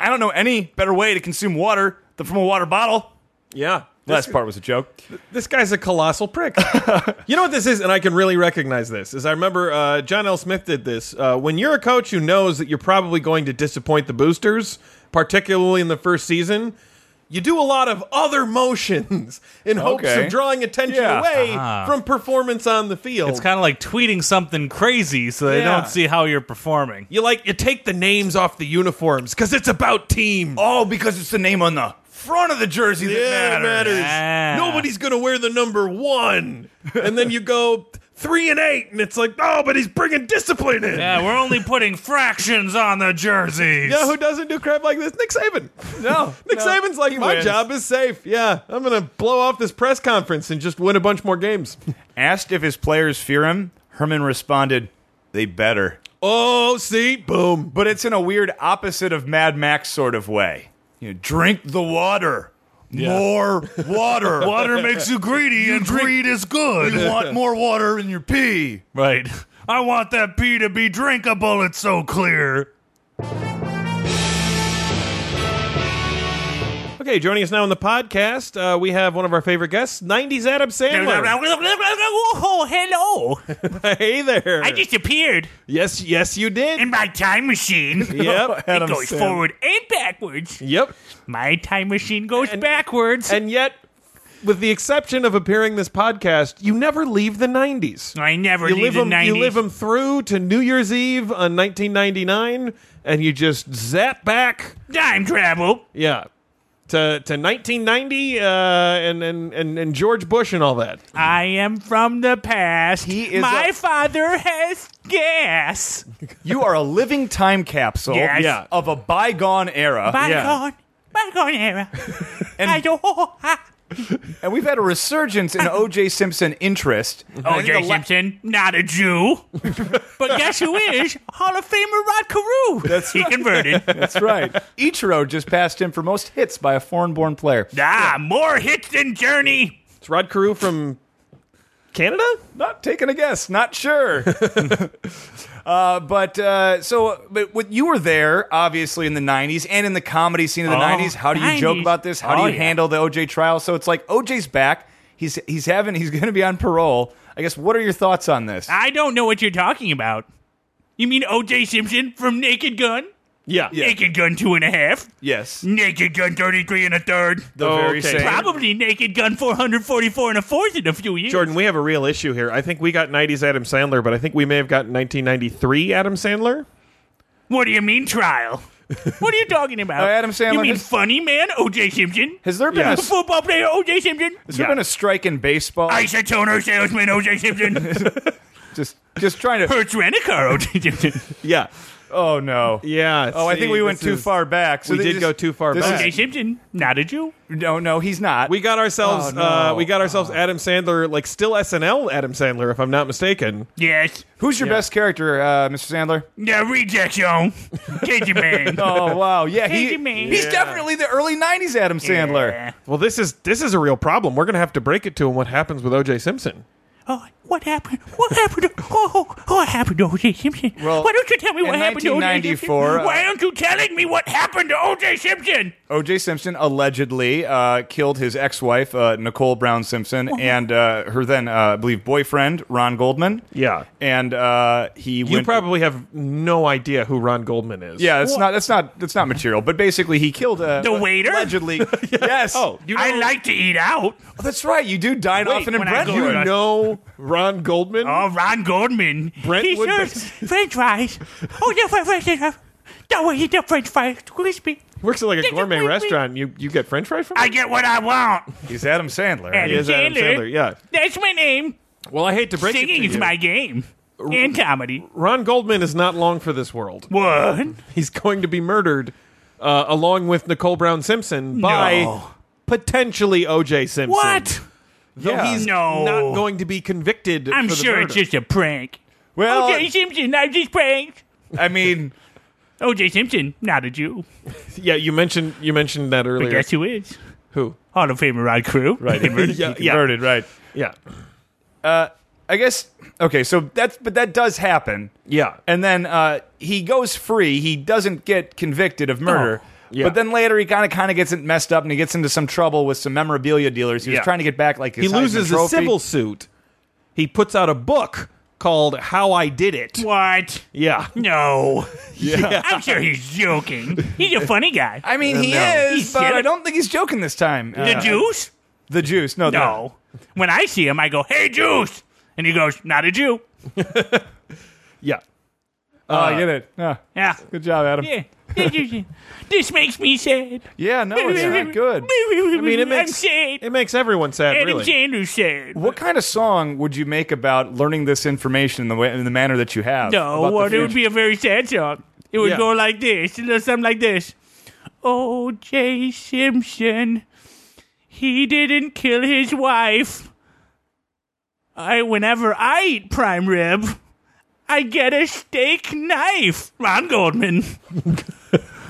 [SPEAKER 3] I don't know any better way to consume water than from a water bottle.
[SPEAKER 1] Yeah.
[SPEAKER 3] Last part was a joke.
[SPEAKER 1] This guy's a colossal
[SPEAKER 3] [LAUGHS]
[SPEAKER 1] prick. you know what this is, and I can really recognize this. Is I remember uh, John L. Smith did this. Uh, when you're a coach who knows that you're probably going to disappoint the boosters, particularly in the first season, you do a lot of other motions [LAUGHS] in hopes
[SPEAKER 3] Okay.
[SPEAKER 1] of drawing attention
[SPEAKER 3] Yeah.
[SPEAKER 1] away from performance on the field.
[SPEAKER 2] It's kind of like tweeting something crazy so they
[SPEAKER 1] Yeah.
[SPEAKER 2] don't see how you're performing.
[SPEAKER 1] you like you take the names off the uniforms because it's about team.
[SPEAKER 3] Oh, because it's the name on the front of the jersey that
[SPEAKER 1] Yeah, it matters.
[SPEAKER 2] Yeah.
[SPEAKER 1] Nobody's gonna wear the number one, and then you go three and eight, and it's like, oh, but he's bringing discipline in.
[SPEAKER 2] [LAUGHS] Yeah, we're only putting fractions on the jerseys.
[SPEAKER 1] You
[SPEAKER 2] [LAUGHS]
[SPEAKER 1] know who doesn't do crap like this? Nick Saban.
[SPEAKER 3] No,
[SPEAKER 1] [LAUGHS] Nick
[SPEAKER 3] no.
[SPEAKER 1] Saban's like,
[SPEAKER 3] He
[SPEAKER 1] my
[SPEAKER 3] wins."
[SPEAKER 1] job is safe. Yeah, I'm gonna blow off this press conference and just win a bunch more games.
[SPEAKER 3] [LAUGHS] Asked if his players fear him, Herman responded, "They better."
[SPEAKER 1] oh, see, boom.
[SPEAKER 3] But it's in a weird opposite of Mad Max sort of way. You know, drink the water. More water.
[SPEAKER 2] [LAUGHS] Water makes you greedy, and greed is good.
[SPEAKER 3] You want more water in your pee.
[SPEAKER 2] Right. I want that pee to be drinkable, it's so clear.
[SPEAKER 1] Okay, joining us now on the podcast, uh, we have one of our favorite guests, '90s Adam Sandler.
[SPEAKER 2] Oh, hello.
[SPEAKER 1] [LAUGHS] hey there.
[SPEAKER 2] I disappeared
[SPEAKER 1] yes, yes, you did.
[SPEAKER 2] in my time [LAUGHS] machine.
[SPEAKER 1] yep.
[SPEAKER 2] It
[SPEAKER 3] [LAUGHS] Adam
[SPEAKER 2] goes
[SPEAKER 3] Sandler.
[SPEAKER 2] forward and backwards.
[SPEAKER 1] Yep.
[SPEAKER 2] My time machine goes
[SPEAKER 1] And-
[SPEAKER 2] backwards.
[SPEAKER 1] And yet, with the exception of appearing this podcast, you never leave the 90s.
[SPEAKER 2] I never
[SPEAKER 1] You
[SPEAKER 2] leave
[SPEAKER 1] live,
[SPEAKER 2] the
[SPEAKER 1] them,
[SPEAKER 2] 90s.
[SPEAKER 1] you live 'em through to New Year's Eve on 1999, and you just zap back,
[SPEAKER 2] Time travel.
[SPEAKER 1] yeah, to, to 1990 uh, and, and, and, and George Bush and all that.
[SPEAKER 2] I am from the past.
[SPEAKER 3] He is
[SPEAKER 2] My
[SPEAKER 3] a-
[SPEAKER 2] father has gas.
[SPEAKER 3] You are a living time capsule
[SPEAKER 2] Yes. Yeah.
[SPEAKER 3] of a bygone era.
[SPEAKER 2] Bygone. Bygone [LAUGHS] era. I don't. [LAUGHS]
[SPEAKER 3] and we've had a resurgence in O.J. Simpson interest. I think
[SPEAKER 2] O.J.
[SPEAKER 3] the la-
[SPEAKER 2] Oh, Simpson, not a
[SPEAKER 3] [LAUGHS]
[SPEAKER 2] Jew, but guess who is Hall of Famer Rod Carew? That's he converted.
[SPEAKER 3] [LAUGHS] That's right. Ichiro just passed him for most hits by a foreign born player.
[SPEAKER 2] ah, more hits than Journey.
[SPEAKER 1] It's Rod Carew from Canada?
[SPEAKER 3] Not taking a guess. Not sure. uh, but uh, so, but what you were there, obviously in the '90s and in the comedy scene of the
[SPEAKER 2] Oh,
[SPEAKER 3] '90s. How do you joke
[SPEAKER 2] 90s.
[SPEAKER 3] about this? How
[SPEAKER 2] Oh,
[SPEAKER 3] do you
[SPEAKER 2] yeah.
[SPEAKER 3] handle the OJ trial? So it's like OJ's back. He's he's having he's going to be on parole. I guess. What are your thoughts on this?
[SPEAKER 2] I don't know what you're talking about. You mean O.J. Simpson from Naked Gun?
[SPEAKER 1] Yeah.
[SPEAKER 2] Naked Gun two and a half.
[SPEAKER 3] yes,
[SPEAKER 2] Naked Gun thirty three and a third.
[SPEAKER 3] the
[SPEAKER 1] Oh,
[SPEAKER 3] very
[SPEAKER 1] okay.
[SPEAKER 3] same.
[SPEAKER 2] Probably Naked Gun four hundred forty four and a fourth in a few years.
[SPEAKER 1] Jordan, we have a real issue here. I think we got 90s Adam Sandler, but I think we may have gotten 1993 Adam Sandler.
[SPEAKER 2] What do you mean trial? what are you talking about?
[SPEAKER 3] [LAUGHS] Oh, Adam Sandler
[SPEAKER 2] You mean
[SPEAKER 3] has-
[SPEAKER 2] funny man O.J. Simpson?
[SPEAKER 3] Has there been
[SPEAKER 1] Yeah.
[SPEAKER 3] a, has
[SPEAKER 2] football player O.J. Simpson?
[SPEAKER 3] there
[SPEAKER 1] Yeah.
[SPEAKER 3] been a strike in baseball?
[SPEAKER 2] Isotoner salesman O.J. Simpson.
[SPEAKER 3] just just trying
[SPEAKER 2] [LAUGHS]
[SPEAKER 3] to
[SPEAKER 2] Hertz rent a car O.J. Simpson.
[SPEAKER 1] Yeah.
[SPEAKER 3] Oh no.
[SPEAKER 1] Yeah.
[SPEAKER 3] Oh, I
[SPEAKER 1] see,
[SPEAKER 3] think we went
[SPEAKER 1] this
[SPEAKER 3] too
[SPEAKER 1] is-
[SPEAKER 3] far back. So
[SPEAKER 1] we
[SPEAKER 3] they
[SPEAKER 1] did
[SPEAKER 3] just-
[SPEAKER 1] go too far
[SPEAKER 3] this is-
[SPEAKER 1] back.
[SPEAKER 2] Okay, Simpson, now did you?
[SPEAKER 3] no, no, he's not.
[SPEAKER 1] We got ourselves.
[SPEAKER 3] Oh, no.
[SPEAKER 1] uh, we got ourselves Adam Sandler, like still SNL Adam Sandler, if I'm not mistaken.
[SPEAKER 2] Yes.
[SPEAKER 3] Who's your best character, uh, Mr. Sandler?
[SPEAKER 2] Yeah, rejection. Cajun man.
[SPEAKER 3] [LAUGHS] Oh wow, yeah,
[SPEAKER 2] Hey,
[SPEAKER 3] he,
[SPEAKER 2] Jimmy.
[SPEAKER 3] he's
[SPEAKER 2] Yeah.
[SPEAKER 3] definitely the early '90s Adam Sandler.
[SPEAKER 1] Well, this is this is a real problem. We're gonna have to break it to him. What happens with O.J. Simpson?
[SPEAKER 2] Oh, what happened? What happened? To, oh, oh, what happened to O.J. Simpson?
[SPEAKER 3] Well,
[SPEAKER 2] Why don't you tell me what
[SPEAKER 3] in
[SPEAKER 2] happened to O.J. Simpson?
[SPEAKER 3] 1994, uh,
[SPEAKER 2] Why aren't you telling me what happened to O.J. Simpson?
[SPEAKER 3] O.J. Simpson allegedly uh, killed his ex-wife uh, Nicole Brown Simpson and uh, her then, uh, I believe, boyfriend Ron Goldman.
[SPEAKER 1] Yeah.
[SPEAKER 3] and uh, he
[SPEAKER 1] You
[SPEAKER 3] went.
[SPEAKER 1] probably have no idea who Ron Goldman is.
[SPEAKER 3] yeah, that's not that's not that's not material. But basically, he killed uh,
[SPEAKER 2] The waiter?
[SPEAKER 3] Allegedly, yes.
[SPEAKER 1] Oh, you know,
[SPEAKER 2] I like to eat out.
[SPEAKER 3] Oh, that's right. You do dine
[SPEAKER 2] Wait,
[SPEAKER 3] often in
[SPEAKER 2] when I go
[SPEAKER 1] you
[SPEAKER 3] Brentwood.
[SPEAKER 2] to-
[SPEAKER 1] know Ron Goldman.
[SPEAKER 2] Oh, Ron Goldman.
[SPEAKER 1] Brentwood
[SPEAKER 2] he serves
[SPEAKER 1] Bas-
[SPEAKER 2] French fries. Oh, yeah, French fries. yeah. That way you get French fries crispy.
[SPEAKER 1] Works at like a
[SPEAKER 2] Did you
[SPEAKER 1] gourmet
[SPEAKER 2] wink, wink?
[SPEAKER 1] restaurant. You you get French fries from?
[SPEAKER 2] I get what I want.
[SPEAKER 3] He's Adam Sandler.
[SPEAKER 1] He is Adam Sandler. Yeah.
[SPEAKER 2] That's my name.
[SPEAKER 1] Well, I hate to break it
[SPEAKER 2] Singing
[SPEAKER 1] to
[SPEAKER 2] is
[SPEAKER 1] you.
[SPEAKER 2] my game. And comedy.
[SPEAKER 1] Ron Goldman is not long for this world.
[SPEAKER 2] What?
[SPEAKER 1] He's going to be murdered uh, along with Nicole Brown Simpson by
[SPEAKER 2] No.
[SPEAKER 1] potentially O.J. Simpson.
[SPEAKER 2] What?
[SPEAKER 1] Though
[SPEAKER 3] Yeah.
[SPEAKER 1] he's
[SPEAKER 2] No.
[SPEAKER 1] not going to be convicted.
[SPEAKER 2] I'm
[SPEAKER 1] for the
[SPEAKER 2] sure
[SPEAKER 1] murder.
[SPEAKER 2] it's just a prank.
[SPEAKER 3] Well,
[SPEAKER 2] OJ Simpson, I just pranked.
[SPEAKER 3] I mean,
[SPEAKER 2] OJ Simpson, not a Jew.
[SPEAKER 1] yeah. You mentioned you mentioned that
[SPEAKER 2] But
[SPEAKER 1] earlier.
[SPEAKER 2] guess who is?
[SPEAKER 1] Who?
[SPEAKER 2] Hall of Famer Rod Crew. Right.
[SPEAKER 1] Yeah,
[SPEAKER 3] [LAUGHS] he converted, right?
[SPEAKER 1] yeah,
[SPEAKER 3] I guess. Okay, so that's but that does happen.
[SPEAKER 1] yeah.
[SPEAKER 3] and then uh, he goes free. He doesn't get convicted of murder.
[SPEAKER 2] Oh,
[SPEAKER 1] yeah.
[SPEAKER 3] But then later he kind of kind of gets messed up and he gets into some trouble with some memorabilia dealers. He was
[SPEAKER 1] Yeah.
[SPEAKER 3] trying to get back like
[SPEAKER 1] he
[SPEAKER 3] his Heisman
[SPEAKER 1] loses a
[SPEAKER 3] trophy.
[SPEAKER 1] civil suit. He puts out a book called "How I Did It."
[SPEAKER 2] [LAUGHS] What?
[SPEAKER 1] Yeah,
[SPEAKER 2] No.
[SPEAKER 1] [LAUGHS]
[SPEAKER 2] [LAUGHS] I'm sure he's joking. He's a
[SPEAKER 1] [LAUGHS]
[SPEAKER 2] funny guy.
[SPEAKER 3] I mean, he
[SPEAKER 1] no.
[SPEAKER 3] is,
[SPEAKER 2] He
[SPEAKER 3] but
[SPEAKER 2] said
[SPEAKER 3] I
[SPEAKER 2] it.
[SPEAKER 3] don't think he's joking this time.
[SPEAKER 2] the
[SPEAKER 3] Uh,
[SPEAKER 2] Jews?
[SPEAKER 3] the juice, no, they're not.
[SPEAKER 2] No. When I see him, I go, hey, Jews. And he goes, not a Jew.
[SPEAKER 1] yeah.
[SPEAKER 3] Oh, I get it. Yeah.
[SPEAKER 2] Yeah.
[SPEAKER 3] Good job, Adam.
[SPEAKER 2] Yeah. this makes me sad.
[SPEAKER 3] Yeah, no, it's
[SPEAKER 2] [LAUGHS]
[SPEAKER 3] not good.
[SPEAKER 2] I
[SPEAKER 1] Oh, I mean, it makes
[SPEAKER 2] I'm sad.
[SPEAKER 1] it makes everyone sad, [LAUGHS]
[SPEAKER 2] Adam
[SPEAKER 1] really.
[SPEAKER 2] Sandler's sad.
[SPEAKER 3] What kind of song would you make about learning this information in the way, in the manner that you have?
[SPEAKER 2] No,
[SPEAKER 3] about the
[SPEAKER 2] well, it would
[SPEAKER 3] future?
[SPEAKER 2] be a very sad song. It would
[SPEAKER 1] Yeah.
[SPEAKER 2] go like this, you know, something like this. Oh, Jay Simpson, he didn't kill his wife. I, whenever I eat prime rib, I get a steak knife. Ron Goldman.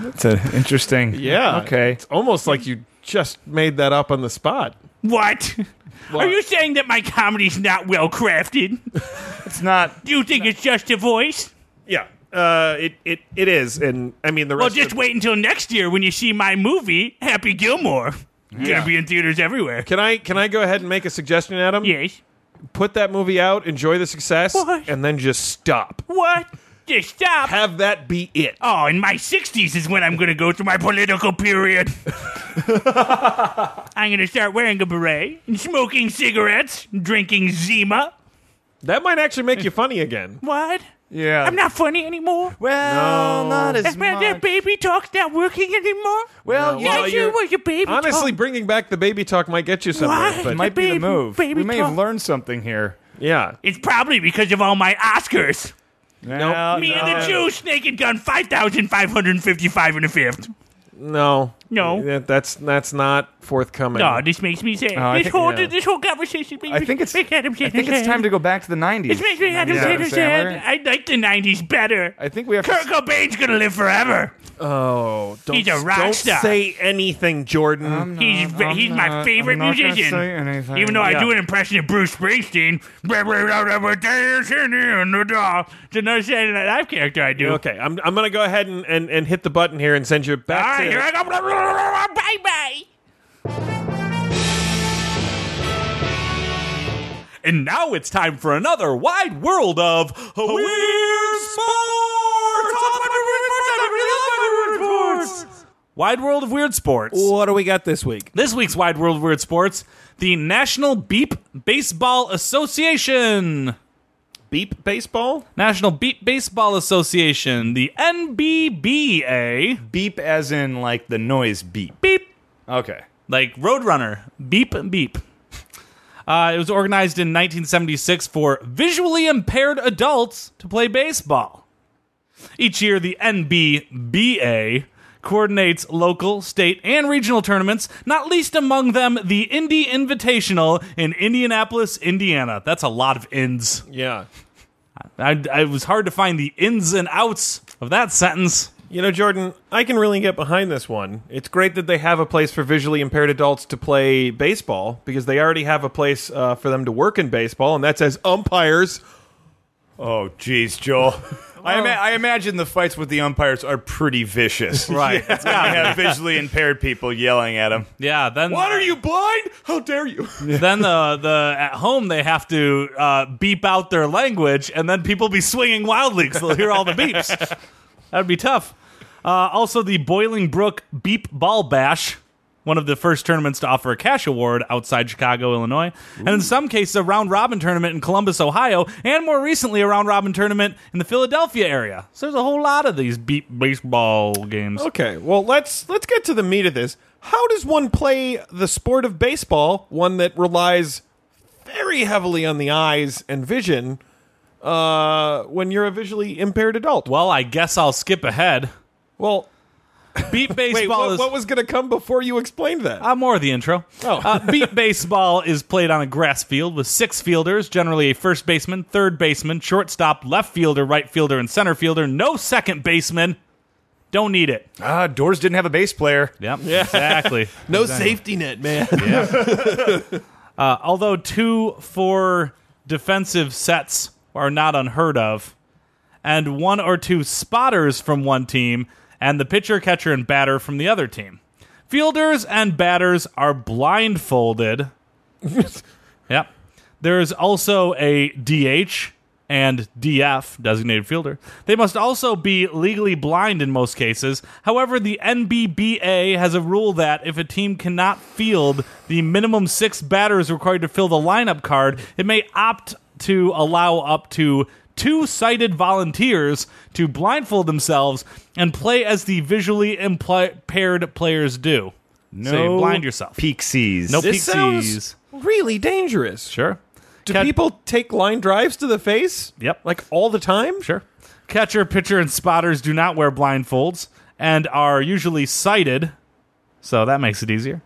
[SPEAKER 3] That's an interesting.
[SPEAKER 1] Yeah.
[SPEAKER 3] Okay.
[SPEAKER 1] It's almost like you just made that up on the spot.
[SPEAKER 2] What? Are you saying that my comedy's not well crafted?
[SPEAKER 3] It's not.
[SPEAKER 2] Do you think it's just a voice?
[SPEAKER 1] Yeah. Uh, it, it it is, and I mean the
[SPEAKER 2] Well,
[SPEAKER 1] rest.
[SPEAKER 2] just
[SPEAKER 1] of-
[SPEAKER 2] wait until next year when you see my movie, Happy Gilmore. It's
[SPEAKER 1] Yeah.
[SPEAKER 2] Gonna be in theaters everywhere.
[SPEAKER 1] Can I can I go ahead and make a suggestion, Adam?
[SPEAKER 2] Yes.
[SPEAKER 1] Put that movie out, enjoy the success,
[SPEAKER 2] What?
[SPEAKER 1] and then just stop.
[SPEAKER 2] What? Just stop.
[SPEAKER 1] Have that be it.
[SPEAKER 2] Oh, in my 60s is when I'm going to go through my political
[SPEAKER 3] [LAUGHS]
[SPEAKER 2] period. I'm going to start wearing a beret and smoking cigarettes and drinking Zima.
[SPEAKER 1] That might actually make you funny again.
[SPEAKER 2] What?
[SPEAKER 3] Yeah.
[SPEAKER 2] I'm not funny anymore.
[SPEAKER 3] Well, not
[SPEAKER 2] [LAUGHS]
[SPEAKER 3] as
[SPEAKER 2] Well, that
[SPEAKER 3] much.
[SPEAKER 2] baby talk's not working anymore.
[SPEAKER 3] Well,
[SPEAKER 1] No,
[SPEAKER 3] you
[SPEAKER 1] well,
[SPEAKER 3] know,
[SPEAKER 2] That's you
[SPEAKER 1] you're-
[SPEAKER 2] what your baby
[SPEAKER 1] Honestly,
[SPEAKER 2] talk-
[SPEAKER 1] bringing back the baby talk might get you somewhere.
[SPEAKER 2] Why?
[SPEAKER 1] But
[SPEAKER 3] might be the
[SPEAKER 2] baby-
[SPEAKER 3] move.
[SPEAKER 2] baby
[SPEAKER 3] we may have
[SPEAKER 2] talk.
[SPEAKER 3] learned something here.
[SPEAKER 1] yeah,
[SPEAKER 2] it's probably because of all my Oscars.
[SPEAKER 3] No,
[SPEAKER 2] Me and the Jews, Naked Gun, 5,555 and a fifth.
[SPEAKER 1] no,
[SPEAKER 2] No.
[SPEAKER 1] That- that's that's not forthcoming.
[SPEAKER 2] No, this makes me sad.
[SPEAKER 3] Oh, I
[SPEAKER 2] this
[SPEAKER 3] think-
[SPEAKER 2] whole
[SPEAKER 1] yeah.
[SPEAKER 2] this whole conversation makes
[SPEAKER 3] I
[SPEAKER 2] me-
[SPEAKER 3] think
[SPEAKER 2] [LAUGHS]
[SPEAKER 3] it's. I
[SPEAKER 2] makes Adam Sandler
[SPEAKER 3] think it's
[SPEAKER 2] sad.
[SPEAKER 3] time to go back to the nineties.
[SPEAKER 2] This makes me Adam Sandler sad. I like the '90s better.
[SPEAKER 3] I think we have.
[SPEAKER 2] Kurt
[SPEAKER 3] To,
[SPEAKER 2] Cobain's gonna live forever.
[SPEAKER 1] oh, don't,
[SPEAKER 2] He's a rock
[SPEAKER 1] don't
[SPEAKER 2] star. Um,
[SPEAKER 1] say anything, Jordan.
[SPEAKER 2] He's
[SPEAKER 3] Uh, I'm
[SPEAKER 2] he's my
[SPEAKER 3] not-
[SPEAKER 2] favorite
[SPEAKER 3] I'm not gonna
[SPEAKER 2] musician.
[SPEAKER 3] say anything.
[SPEAKER 2] Even though
[SPEAKER 1] Yeah.
[SPEAKER 2] I do an impression of Bruce Springsteen. Dancing in the dark. It's another Saturday Night Live character I do.
[SPEAKER 1] okay, I'm I'm gonna go ahead and, and, and hit the button here and send you
[SPEAKER 2] All
[SPEAKER 1] back
[SPEAKER 2] right,
[SPEAKER 1] to
[SPEAKER 2] here I go. Bye bye.
[SPEAKER 4] And now it's time for another wide world of Weird Sports! Wide World of Weird Sports.
[SPEAKER 1] What do we got this week?
[SPEAKER 4] This week's Wide World of Weird Sports, the National Beep Baseball Association.
[SPEAKER 1] Beep baseball.
[SPEAKER 4] National Beep Baseball Association, the NBBA.
[SPEAKER 3] beep as in like the noise beep.
[SPEAKER 4] Beep.
[SPEAKER 3] Okay.
[SPEAKER 4] like Roadrunner, beep beep. Uh, it was organized in 1976 for visually impaired adults to play baseball.
[SPEAKER 5] Each year, the NBBA coordinates local, state, and regional tournaments, not least among them the Indy Invitational in Indianapolis, Indiana. That's a lot of ins.
[SPEAKER 1] Yeah.
[SPEAKER 5] I, I- it was hard to find the ins and outs of that sentence.
[SPEAKER 1] You know, Jordan, I can really get behind this one. It's great that they have a place for visually impaired adults to play baseball because they already have a place uh, for them to work in baseball, and that's as umpires.
[SPEAKER 3] Oh, jeez, Joel. I, ima- I imagine the fights with the umpires are pretty vicious. [LAUGHS]
[SPEAKER 5] Right.
[SPEAKER 3] It's gotta have visually impaired people yelling at them.
[SPEAKER 5] Yeah. Then
[SPEAKER 1] What are you blind? How dare you?
[SPEAKER 5] then the the at home they have to uh, beep out their language, and then people be swinging wildly because they'll hear all the
[SPEAKER 1] [LAUGHS]
[SPEAKER 5] beeps. That'd be tough. Uh, also, the Boiling Brook Beep Ball Bash, one of the first tournaments to offer a cash award outside Chicago, Illinois, and in some cases a round robin tournament in Columbus, Ohio, and more recently a round robin tournament in the Philadelphia area. So there's a whole lot of these beep baseball games.
[SPEAKER 1] [LAUGHS] Okay, well let's let's get to the meat of this. How does one play the sport of baseball, one that relies very heavily on the eyes and vision, uh, when you're a visually impaired adult?
[SPEAKER 5] Well, I guess I'll
[SPEAKER 1] [LAUGHS]
[SPEAKER 5] skip ahead.
[SPEAKER 1] Well,
[SPEAKER 5] Beep
[SPEAKER 1] wait,
[SPEAKER 5] baseball
[SPEAKER 1] what,
[SPEAKER 5] is
[SPEAKER 1] what was going to come before you explained that?
[SPEAKER 5] Uh, more of the intro.
[SPEAKER 1] Oh.
[SPEAKER 5] Uh, beat baseball is played on a grass field with six fielders, generally a first baseman, third baseman, shortstop, left fielder, right fielder, and center fielder. No second baseman. Don't need it.
[SPEAKER 3] Ah, Doors didn't have a bass player.
[SPEAKER 5] Yep. [LAUGHS] Exactly.
[SPEAKER 1] no safety net, man.
[SPEAKER 5] [LAUGHS] Uh, although two four defensive sets are not unheard of, and one or two spotters from one team, and the pitcher, catcher, and batter from the other team. Fielders and batters are blindfolded. yep. There is also a DH and DF, designated fielder. They must also be legally blind in most cases. However, the NBBA has a rule that if a team cannot field the minimum six batters required to fill the lineup card, it may opt to allow up to two sighted volunteers to blindfold themselves and play as the visually impli- impaired players do. No so you blind yourself.
[SPEAKER 3] Pixies.
[SPEAKER 5] No
[SPEAKER 1] This
[SPEAKER 5] Pixies.
[SPEAKER 1] sounds really dangerous.
[SPEAKER 5] Sure.
[SPEAKER 1] Do
[SPEAKER 5] Cat-
[SPEAKER 1] people take line drives to the face?
[SPEAKER 5] Yep.
[SPEAKER 1] like all the time.
[SPEAKER 5] Sure. Catcher, pitcher, and spotters do not wear blindfolds and are usually sighted, so that makes it easier.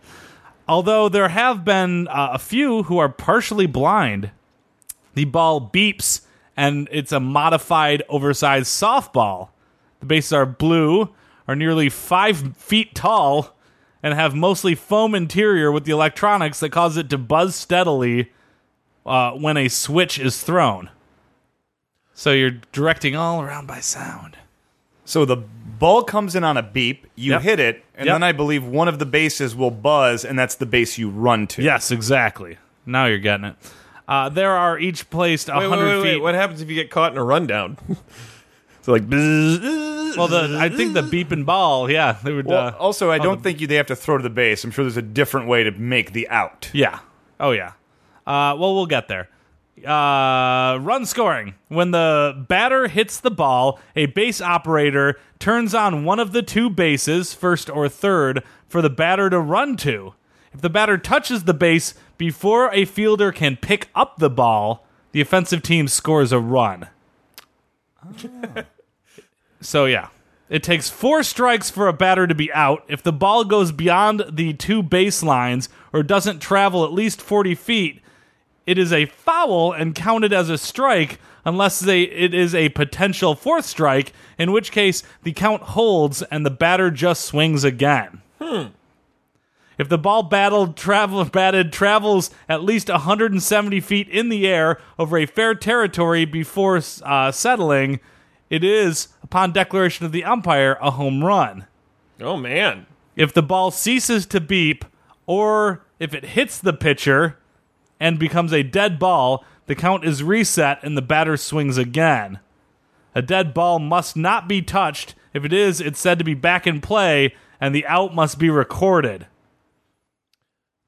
[SPEAKER 5] Although there have been uh, a few who are partially blind. The ball beeps, and it's a modified, oversized softball. The bases are blue, are nearly five feet tall, and have mostly foam interior with the electronics that cause it to buzz steadily uh, when a switch is thrown. So you're directing all around by sound.
[SPEAKER 3] So the ball comes in on a beep, you
[SPEAKER 5] Yep.
[SPEAKER 3] hit it, and
[SPEAKER 5] Yep.
[SPEAKER 3] then I believe one of the bases will buzz, and that's the base you run to.
[SPEAKER 5] Yes, exactly. Now you're getting it. Uh, there are each placed
[SPEAKER 1] Wait, wait,
[SPEAKER 5] 100
[SPEAKER 1] wait,
[SPEAKER 5] feet.
[SPEAKER 1] wait. What happens if you get caught in a rundown? [LAUGHS]
[SPEAKER 3] So like, bzzz.
[SPEAKER 5] Well, the, I think the beeping ball, yeah, they would.
[SPEAKER 3] Well,
[SPEAKER 5] uh,
[SPEAKER 3] also, I don't think you they have to throw to the base. I'm sure there's a different way to make the out.
[SPEAKER 5] Yeah. Oh yeah. Uh, well, we'll get there. Uh, run scoring. When the batter hits the ball, a base operator turns on one of the two bases, first or third, for the batter to run to. If the batter touches the base before a fielder can pick up the ball, the offensive team scores a run. So yeah. It takes four strikes for a batter to be out. If the ball goes beyond the two baselines or doesn't travel at least 40 feet, it is a foul and counted as a strike unless they, it is a potential fourth strike, in which case the count holds and the batter just swings again. If the ball battled, travel, batted travels at least 170 feet in the air over a fair territory before uh, settling, it is, upon declaration of the umpire, a home run.
[SPEAKER 1] oh man.
[SPEAKER 5] If the ball ceases to beep or if it hits the pitcher and becomes a dead ball, the count is reset and the batter swings again. A dead ball must not be touched. If it is, it's said to be back in play and the out must be recorded.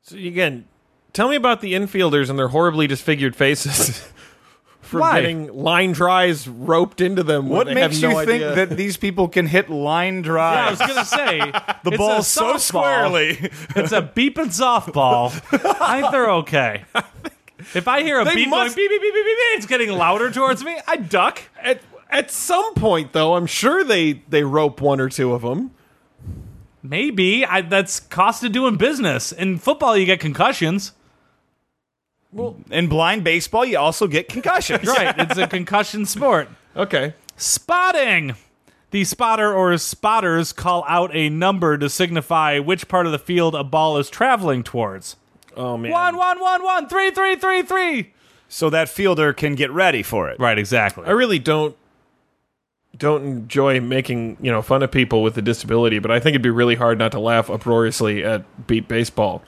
[SPEAKER 1] So again, tell me about the infielders and their horribly disfigured faces [LAUGHS] from
[SPEAKER 5] Why?
[SPEAKER 1] getting line drives roped into them. when
[SPEAKER 3] What
[SPEAKER 1] they
[SPEAKER 3] makes
[SPEAKER 1] have no
[SPEAKER 3] you think
[SPEAKER 1] idea.
[SPEAKER 3] that these people can hit line
[SPEAKER 5] Yeah, I
[SPEAKER 3] drives?
[SPEAKER 5] was gonna say
[SPEAKER 3] the
[SPEAKER 5] it's
[SPEAKER 3] ball
[SPEAKER 5] a
[SPEAKER 3] so
[SPEAKER 5] softball.
[SPEAKER 3] squarely.
[SPEAKER 5] It's a beeping
[SPEAKER 3] [LAUGHS]
[SPEAKER 5] softball. I think they're okay. If I hear a beep
[SPEAKER 1] must-
[SPEAKER 5] going beep beep beep beep beep, beep, it's getting louder towards me. I duck.
[SPEAKER 1] At, At some point, though, I'm sure they they rope one or two of them.
[SPEAKER 5] Maybe I, that's cost of doing business. In football, you get concussions.
[SPEAKER 3] In blind baseball, you also get [LAUGHS] concussions.
[SPEAKER 5] Right, it's a concussion sport.
[SPEAKER 1] Okay.
[SPEAKER 5] Spotting. The spotter or spotters call out a number to signify which part of the field a ball is traveling towards.
[SPEAKER 1] Oh man.
[SPEAKER 5] One, one, one, one, three, three, three, three.
[SPEAKER 3] So that fielder can get ready for it.
[SPEAKER 5] Right, exactly.
[SPEAKER 1] I really don't don't enjoy making you know fun of people with a disability, but I think it'd be really hard not to laugh uproariously at beat baseball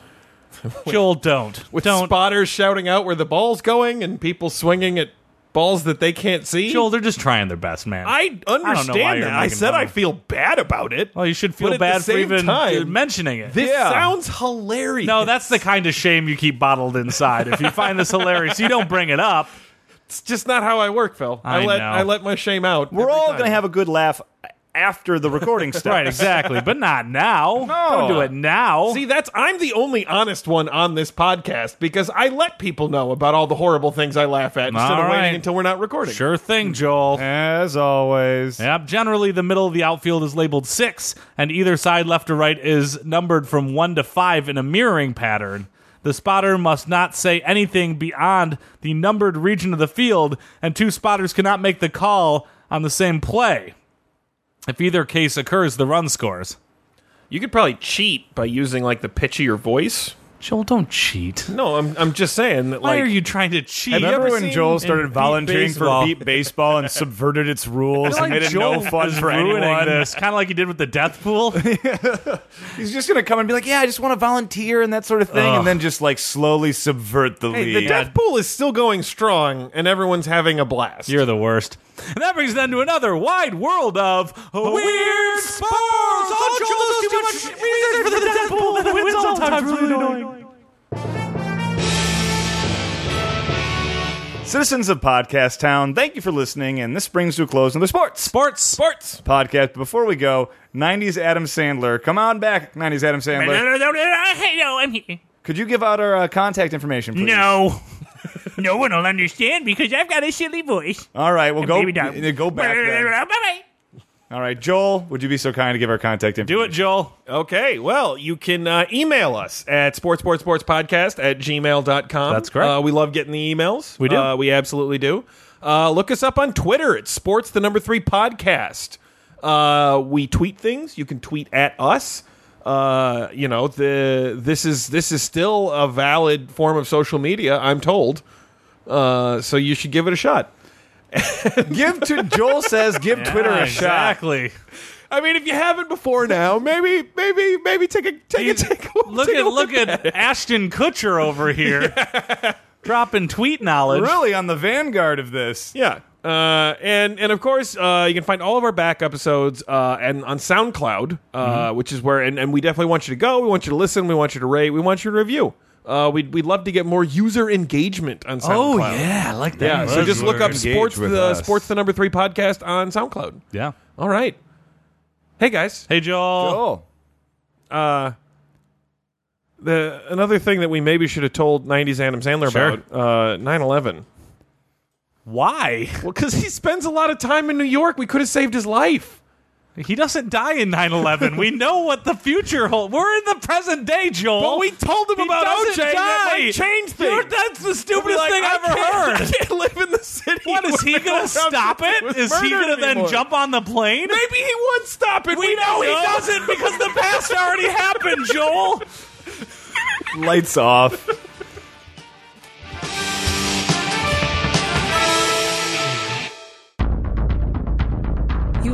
[SPEAKER 5] Joel, don't.
[SPEAKER 1] with
[SPEAKER 5] don't.
[SPEAKER 1] spotters shouting out where the ball's going and people swinging at balls that they can't see.
[SPEAKER 5] Joel, they're just trying their best, man.
[SPEAKER 1] I
[SPEAKER 5] why
[SPEAKER 1] understand
[SPEAKER 5] you're
[SPEAKER 1] that. I
[SPEAKER 5] making
[SPEAKER 1] said
[SPEAKER 5] fun
[SPEAKER 1] I
[SPEAKER 5] of-
[SPEAKER 1] feel bad about it.
[SPEAKER 5] well, Oh, you should
[SPEAKER 1] But
[SPEAKER 5] feel
[SPEAKER 1] at the
[SPEAKER 5] bad for
[SPEAKER 1] same
[SPEAKER 5] even
[SPEAKER 1] time,
[SPEAKER 5] mentioning it.
[SPEAKER 1] This
[SPEAKER 3] Yeah.
[SPEAKER 1] sounds hilarious.
[SPEAKER 5] no, that's the kind of shame you keep bottled inside. If you find this hilarious, you don't bring it up.
[SPEAKER 1] It's just not how I work, Phil. I,
[SPEAKER 5] I
[SPEAKER 1] let
[SPEAKER 5] know.
[SPEAKER 1] I let my shame out.
[SPEAKER 3] We're
[SPEAKER 1] every
[SPEAKER 3] all
[SPEAKER 1] time.
[SPEAKER 3] going to have a good laugh after the [LAUGHS] recording stops.
[SPEAKER 5] Right, exactly. But not now. Don't do it now.
[SPEAKER 1] See, that's I'm the only honest one on this podcast because I let people know about all the horrible things I laugh at instead
[SPEAKER 5] All
[SPEAKER 1] of waiting
[SPEAKER 5] right.
[SPEAKER 1] until we're not recording.
[SPEAKER 5] sure thing, Joel.
[SPEAKER 3] As always.
[SPEAKER 5] Yep. Generally, the middle of the outfield is labeled six, and either side, left or right, is numbered from one to five in a mirroring pattern. The spotter must not say anything beyond the numbered region of the field, and two spotters cannot make the call on the same play. If either case occurs, the run scores.
[SPEAKER 1] You could probably cheat by using like the pitch of your voice.
[SPEAKER 5] Joel, don't cheat.
[SPEAKER 1] No, I'm I'm just saying that
[SPEAKER 5] Why
[SPEAKER 1] like
[SPEAKER 5] are you trying to cheat?
[SPEAKER 1] Have you
[SPEAKER 3] Remember
[SPEAKER 1] ever
[SPEAKER 3] when
[SPEAKER 1] seen
[SPEAKER 3] Joel
[SPEAKER 1] in
[SPEAKER 3] started
[SPEAKER 1] beat
[SPEAKER 3] volunteering
[SPEAKER 1] baseball?
[SPEAKER 3] for beat baseball and subverted its
[SPEAKER 1] [LAUGHS]
[SPEAKER 3] rules and made it no fun for
[SPEAKER 5] ruining
[SPEAKER 3] anyone?
[SPEAKER 5] this, kind of like you did with the death pool.
[SPEAKER 3] He's just gonna come and be like, "Yeah, I just want to volunteer and that sort of thing,"
[SPEAKER 5] Ugh.
[SPEAKER 3] and then just like slowly subvert the
[SPEAKER 1] Hey,
[SPEAKER 3] league.
[SPEAKER 1] the death pool is still going strong and everyone's having a blast.
[SPEAKER 5] You're the worst. And that brings us then to another wide world of weird sports. Oh, Joel does too much research for the Deadpool that wins all the time. It's really annoying.
[SPEAKER 3] Citizens of Podcast Town, thank you for listening, and this brings to a close another sports
[SPEAKER 5] Sports. Sports.
[SPEAKER 3] podcast. But Before we go, '90s Adam Sandler, come on back, '90s Adam Sandler.
[SPEAKER 2] Hey, no, I'm here.
[SPEAKER 3] Could you give out our uh, contact information, please?
[SPEAKER 2] No. [LAUGHS] no one will understand because I've got a silly voice.
[SPEAKER 3] All right, well go
[SPEAKER 2] Baby dog.
[SPEAKER 3] uh, go back.
[SPEAKER 2] [LAUGHS]
[SPEAKER 3] then.
[SPEAKER 2] Bye bye.
[SPEAKER 3] All right, Joel, would you be so kind to give our contact information?
[SPEAKER 5] Do it, Joel.
[SPEAKER 1] Okay, well, you can uh, email us at sportsportsportspodcast at gmail.com.
[SPEAKER 5] That's correct.
[SPEAKER 1] Uh, we love getting the emails. We
[SPEAKER 5] do.
[SPEAKER 1] Uh, we absolutely do. Uh, look us up on Twitter at sports the number three podcast. Uh, we tweet things. You can tweet at us. Uh, you know, the this is this is still a valid form of social media, I'm told. Uh, so you should give it a shot.
[SPEAKER 3] [LAUGHS] Give to Joel says give Twitter a shot.
[SPEAKER 5] Exactly.
[SPEAKER 1] I mean, if you haven't before now, maybe maybe maybe take a take a take a
[SPEAKER 5] Look
[SPEAKER 1] take a
[SPEAKER 5] at look at [LAUGHS] Ashton Kutcher over [LAUGHS] here dropping tweet knowledge.
[SPEAKER 3] Really on the vanguard of this.
[SPEAKER 1] Yeah. Uh, and and of course, uh, you can find all of our back episodes uh, and on SoundCloud, uh, which is where and, and we definitely want you to go. We want you to listen. We want you to rate. We want you to review. Uh, we'd we'd love to get more user engagement on SoundCloud.
[SPEAKER 5] Oh yeah, I like that.
[SPEAKER 1] yeah. So just look up
[SPEAKER 3] Engage
[SPEAKER 1] sports
[SPEAKER 3] with
[SPEAKER 1] the
[SPEAKER 3] us.
[SPEAKER 1] sports the number three podcast on SoundCloud.
[SPEAKER 5] Yeah.
[SPEAKER 1] All right. Hey guys,
[SPEAKER 5] Hey, Joel.
[SPEAKER 3] Joel.
[SPEAKER 1] the another thing that we maybe should have told '90s Adam Sandler
[SPEAKER 5] Sure.
[SPEAKER 1] about uh, 9/11.
[SPEAKER 5] Why?
[SPEAKER 1] Well, because he spends a lot of time in New York, we could have saved his life.
[SPEAKER 5] He doesn't die in 9/11. we know what the future holds. We're in the present day, Joel.
[SPEAKER 1] But we told him
[SPEAKER 5] He
[SPEAKER 1] about OJ.
[SPEAKER 5] doesn't
[SPEAKER 1] That
[SPEAKER 5] die.
[SPEAKER 1] might change things.
[SPEAKER 5] You're- that's the
[SPEAKER 1] Be
[SPEAKER 5] stupidest
[SPEAKER 1] like,
[SPEAKER 5] thing
[SPEAKER 1] I
[SPEAKER 5] I've ever [LAUGHS]
[SPEAKER 1] can't-
[SPEAKER 5] heard.
[SPEAKER 1] I can't live in the city.
[SPEAKER 5] [LAUGHS] What is he
[SPEAKER 1] where
[SPEAKER 5] going
[SPEAKER 1] no
[SPEAKER 5] to stop
[SPEAKER 1] was
[SPEAKER 5] it? Is he
[SPEAKER 1] murdered
[SPEAKER 5] going to then
[SPEAKER 1] anymore.
[SPEAKER 5] jump on the plane?
[SPEAKER 1] Maybe he would stop it.
[SPEAKER 5] we know he doesn't because the past already happened, Joel.
[SPEAKER 3] Lights off.
[SPEAKER 6] You